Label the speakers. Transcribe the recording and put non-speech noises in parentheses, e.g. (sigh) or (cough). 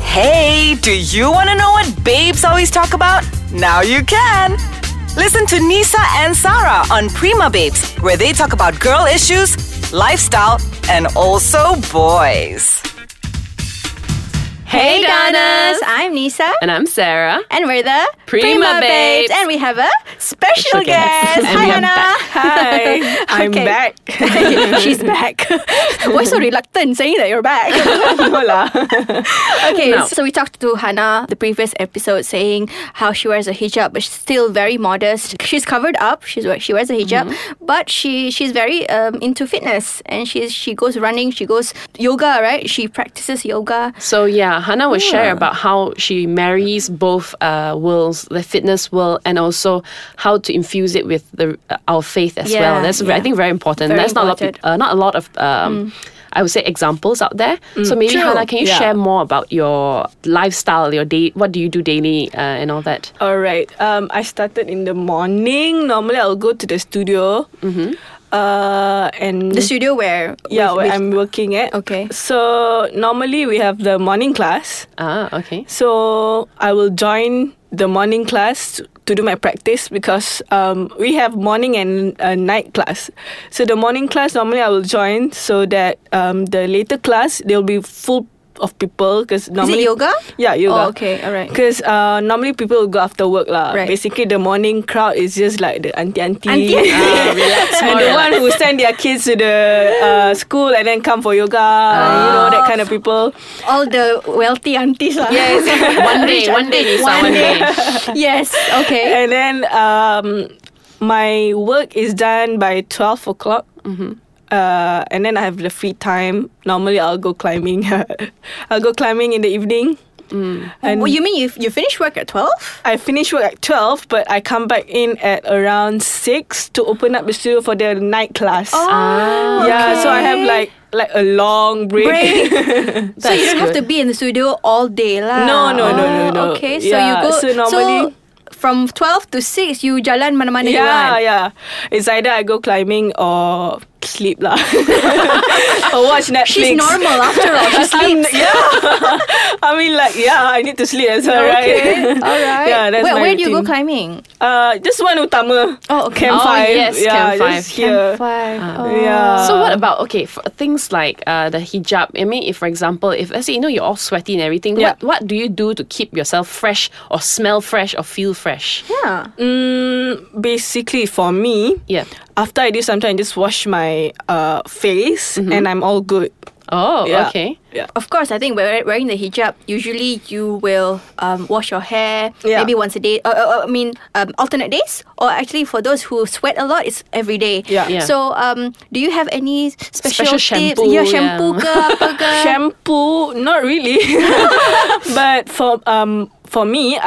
Speaker 1: Hey, do you want to know what babes always talk about? Now you can. Listen to Nisa and Sarah on Prima Babes, where they talk about girl issues, lifestyle, and also boys.
Speaker 2: Hey, Donnas!
Speaker 3: I'm Nisa,
Speaker 2: And I'm Sarah.
Speaker 3: and we're the
Speaker 2: Prima Babes.
Speaker 3: and we have a special
Speaker 2: Special guest.
Speaker 3: guest.
Speaker 2: And
Speaker 3: Hi,
Speaker 2: we are
Speaker 3: Hannah.
Speaker 2: (laughs)
Speaker 3: Hi,
Speaker 4: I'm back.
Speaker 3: (laughs) She's back. Why so reluctant saying that you're
Speaker 2: (laughs)
Speaker 3: back?
Speaker 4: No lah.
Speaker 3: okay,
Speaker 2: No.
Speaker 3: so we talked to Hannah the previous episode, saying how she wears a hijab, but she's still very modest. She's covered up. She's we- she wears a hijab,
Speaker 2: Mm-hmm.
Speaker 3: but she she's very um, into fitness, and she's she goes running. She goes yoga, right? She practices yoga.
Speaker 2: So yeah, Hannah was share about how she marries both uh, worlds, the fitness world, and also how to infuse it with the uh, our faith as well.
Speaker 3: Yeah,
Speaker 2: That's
Speaker 3: yeah.
Speaker 2: I think very important.
Speaker 3: Very
Speaker 2: That's
Speaker 3: important.
Speaker 2: not a lot of, peop- uh, not a lot of um, I would say examples out there. so maybe
Speaker 4: True.
Speaker 2: Hannah, can you
Speaker 4: Yeah.
Speaker 2: share more about your lifestyle, your day, what do you do daily, uh, and all that?
Speaker 4: All right. Um, I started in the morning. Normally, I'll go to the studio. Mm-hmm. Uh, and
Speaker 3: The studio where
Speaker 4: yeah,
Speaker 3: with-
Speaker 4: where
Speaker 3: with-
Speaker 4: I'm working at.
Speaker 3: Okay.
Speaker 4: So normally we have the morning class.
Speaker 2: Ah, okay.
Speaker 4: So I will join the morning class to do my practice because um, we have morning and uh, night class. So the morning class normally I will join so that um, the later class they'll be full of people because normally
Speaker 3: yoga?
Speaker 4: Yeah,
Speaker 3: Oh,
Speaker 4: yoga.
Speaker 3: okay, alright.
Speaker 4: Because uh, normally people will go after work lah.
Speaker 3: Right.
Speaker 4: Basically the morning crowd is just like the auntie auntie.
Speaker 3: Auntie-auntie.
Speaker 4: (laughs)
Speaker 2: Ah, relax, more
Speaker 4: and the
Speaker 2: relax.
Speaker 4: one who send their kids to the uh, school and then come for yoga, you know that kind of people.
Speaker 3: all the wealthy aunties. lah. (laughs)
Speaker 2: one day, one day, Lisa, one day.
Speaker 3: yes. Okay.
Speaker 4: and then um, my work is done by 12 o'clock.
Speaker 3: Mm-hmm.
Speaker 4: Uh, and then I have the free time. Normally, I'll go climbing. (laughs) I'll go climbing in the evening. And
Speaker 3: well, you mean you you finish work at twelve?
Speaker 4: I finish work at 12, but I come back in at around 6 to open up the studio for the night class. Ah,
Speaker 3: Oh,
Speaker 4: yeah, so I have like like a long break. (laughs)
Speaker 3: so you don't have to be in the studio all day, lah.
Speaker 4: No, no, no, no,
Speaker 3: Oh,
Speaker 4: no.
Speaker 3: Okay, so you
Speaker 4: Yeah,
Speaker 3: go.
Speaker 4: so normally-
Speaker 3: from twelve to six, you jalan mana-mana you
Speaker 4: yeah,
Speaker 3: want.
Speaker 4: yeah. It's either I go climbing or sleep lah. (laughs) or watch Netflix.
Speaker 3: She's normal after all. She
Speaker 4: (laughs) I'm-
Speaker 3: sleeps.
Speaker 4: yeah. I mean, like, yeah, I need to sleep as well,
Speaker 3: (laughs) Okay.
Speaker 4: right?
Speaker 3: All right.
Speaker 4: Yeah, that's
Speaker 3: where,
Speaker 4: my
Speaker 3: where do you go
Speaker 4: routine.
Speaker 3: climbing?
Speaker 4: (laughs) Uh, just one utama.
Speaker 3: Oh, okay.
Speaker 4: Camp
Speaker 2: Oh,
Speaker 4: five.
Speaker 2: yes,
Speaker 4: yeah,
Speaker 2: Camp five.
Speaker 4: just here.
Speaker 3: Five. Oh.
Speaker 4: Yeah.
Speaker 2: So what about okay for things like uh, the hijab? I mean, if for example, if let's say you know you're all sweaty and everything,
Speaker 4: Yeah.
Speaker 2: what what do you do to keep yourself fresh or smell fresh or feel fresh?
Speaker 3: Oh. Yeah.
Speaker 4: Mm, basically, for me,
Speaker 2: Yeah.
Speaker 4: after I do something, I just wash my uh, face and I'm all good.
Speaker 2: Oh, Mm-hmm.
Speaker 4: Yeah.
Speaker 2: okay.
Speaker 4: Yeah.
Speaker 3: Of course, I think wear- wearing the hijab, usually you will um, wash your hair
Speaker 4: Yeah.
Speaker 3: maybe once a day. Uh, uh, uh, I mean, um, alternate days, or actually for those who sweat a lot, it's every day.
Speaker 4: Yeah.
Speaker 2: Yeah.
Speaker 3: So, um, do you have any special,
Speaker 2: Special shampoo,
Speaker 3: tips? Yeah,
Speaker 2: yeah.
Speaker 3: shampoo ke
Speaker 4: (laughs)
Speaker 3: apa ke?
Speaker 2: (laughs)
Speaker 4: Shampoo, not really. but for um for me,